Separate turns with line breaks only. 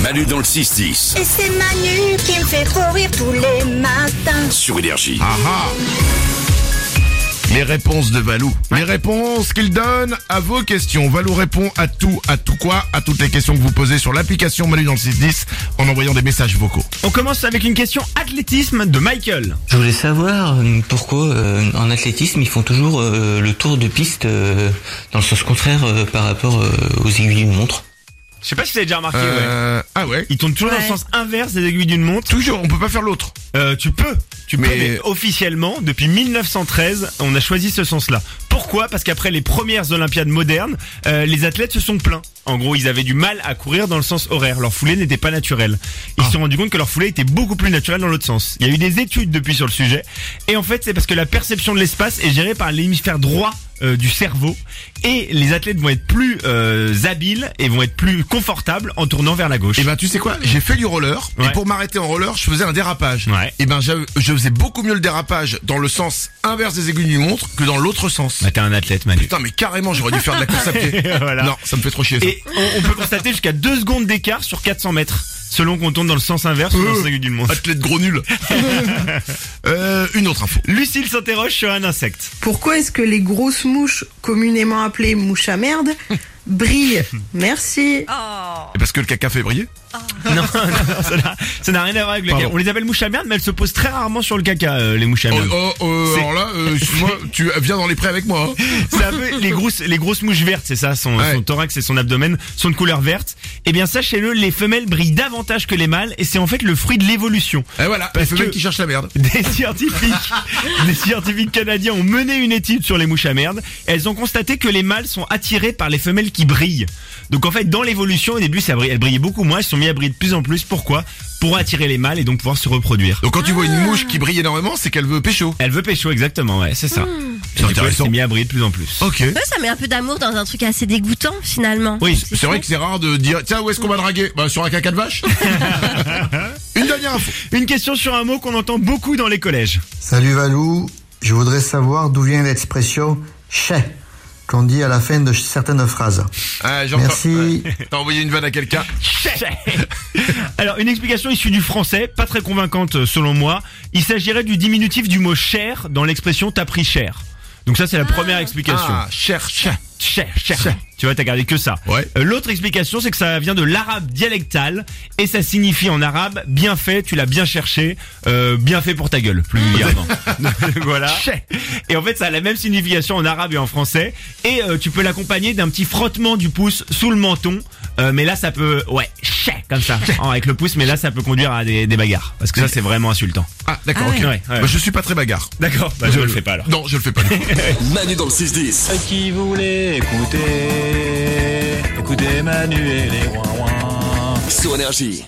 Manu dans le 6-10
Et c'est Manu qui me fait trop rire tous les matins.
sur Énergie.
Ah ah. Les réponses de Valou. Les réponses qu'il donne à vos questions. Valou répond à tout, à tout quoi, à toutes les questions que vous posez sur l'application Manu dans le 610 en envoyant des messages vocaux.
On commence avec une question athlétisme de Michael.
Je voulais savoir euh, pourquoi euh, en athlétisme ils font toujours euh, le tour de piste euh, dans le sens contraire euh, par rapport euh, aux aiguilles d'une montre.
Je sais pas si vous avez déjà remarqué. ouais.
Euh, Ah ouais
Ils tournent toujours dans le
Ouais.
sens inverse des aiguilles d'une montre.
Toujours, on peut pas faire l'autre.
Euh, tu peux, tu peux,
Mais-
mais officiellement, depuis 1913, on a choisi ce sens-là. Pourquoi Parce qu'après les premières Olympiades modernes, euh, les athlètes se sont plaints. En gros, ils avaient du mal à courir dans le sens horaire. Leur foulée n'était pas naturelle. Ils se sont rendus compte que leur foulée était beaucoup plus naturelle dans l'autre sens. Il y a eu des études depuis sur le sujet. Et en fait, c'est parce que la perception de l'espace est gérée par l'hémisphère droit euh, du cerveau. Et les athlètes vont être plus euh, habiles et vont être plus confortables en tournant vers la gauche.
Et ben tu sais quoi J'ai fait du roller
Ouais.
et pour m'arrêter en roller, je faisais un dérapage.
Ouais.
Et ben je, je faisais beaucoup mieux le dérapage dans le sens inverse des aiguilles d'une montre que dans l'autre sens.
Bah, t'es un athlète, Manu.
Putain mais carrément, j'aurais dû faire de la course à pied.
Voilà.
Non, ça me fait trop chier. ça.
Et on, on peut constater jusqu'à 2 secondes d'écart sur 400 mètres, selon qu'on tourne dans le sens inverse ou dans le sens aigu du monde.
Athlète gros nul. euh, une autre info.
Lucille s'interroge sur un insecte.
Pourquoi est-ce que les grosses mouches, communément appelées mouches à merde, brillent Merci.
Et parce que le caca fait briller.
Non, non, Ah, ça n'a- ça n'a rien à voir avec le
Pardon.
caca. On les appelle mouches à merde, mais elles se posent très rarement sur le caca, euh, les mouches à
Oh,
merde.
oh, euh,
C'est-
alors là, euh, excuse-moi, tu viens dans les prés avec moi. hein.
C'est un peu les grosses, les grosses mouches vertes, c'est ça, son,
Ouais.
son thorax et son abdomen sont de couleur verte. Eh bien, sachez-le, les femelles brillent davantage que les mâles, et c'est en fait le fruit de l'évolution.
Et Eh, voilà,
Parce
le mec
que-
qui cherche la merde.
Des scientifiques, des scientifiques canadiens ont mené une étude sur les mouches à merde. Elles ont constaté que les mâles sont attirés par les femelles qui brillent. Donc en fait, dans l'évolution, au début, ça brillait, elles brillaient beaucoup moins. Elles se sont mis à briller de plus en plus. Pourquoi Pour attirer les mâles et donc pouvoir se reproduire.
Donc quand tu vois une mouche qui brille énormément, c'est qu'elle veut pécho.
Elle veut pécho, exactement. Ouais, c'est ça. Et du coup, elle
intéressant. Oh,
s'est mis à briller de plus en plus.
Ok.
Ouais, ça met un peu d'amour dans un truc assez dégoûtant finalement.
Oui.
C'est vrai que c'est rare de dire tiens où est-ce qu'on va draguer Bah sur un caca de vache. Une dernière info.
Une question sur un mot qu'on entend beaucoup dans les collèges.
Salut Valou, je voudrais savoir d'où vient l'expression chais qu'on dit à la fin de certaines phrases.
Ah, j'ai
Merci.
encore- ouais. T'as envoyé une vanne à quelqu'un.
Alors, une explication issue du français, pas très convaincante euh, selon moi. Il s'agirait du diminutif du mot cher dans l'expression t'as pris cher. Donc ça, c'est la première explication.
Ah, cherche.
Cher, cher. Tu vois, t'as gardé que ça.
Ouais.
Euh, L'autre explication, c'est que ça vient de l'arabe dialectal et ça signifie en arabe bien fait, tu l'as bien cherché, euh, bien fait pour ta gueule, plus vulgairement. voilà. Et en fait, ça a la même signification en arabe et en français. Et euh, tu peux l'accompagner d'un petit frottement du pouce sous le menton. Euh, mais là, ça peut, ouais, chais, comme ça, en- avec le pouce. Mais là, ça peut conduire à des, des bagarres, parce que ça, c'est vraiment insultant.
Ah d'accord.
Ah
ok.
ouais. Ouais, ouais.
Bah, je suis pas très bagarre.
D'accord. Bah, je le fais pas alors.
Non, je le fais pas.
Manu dans le 6-10.
Ceux qui voulaient écouter, écoutez Manu et les ouin
Sur Énergie.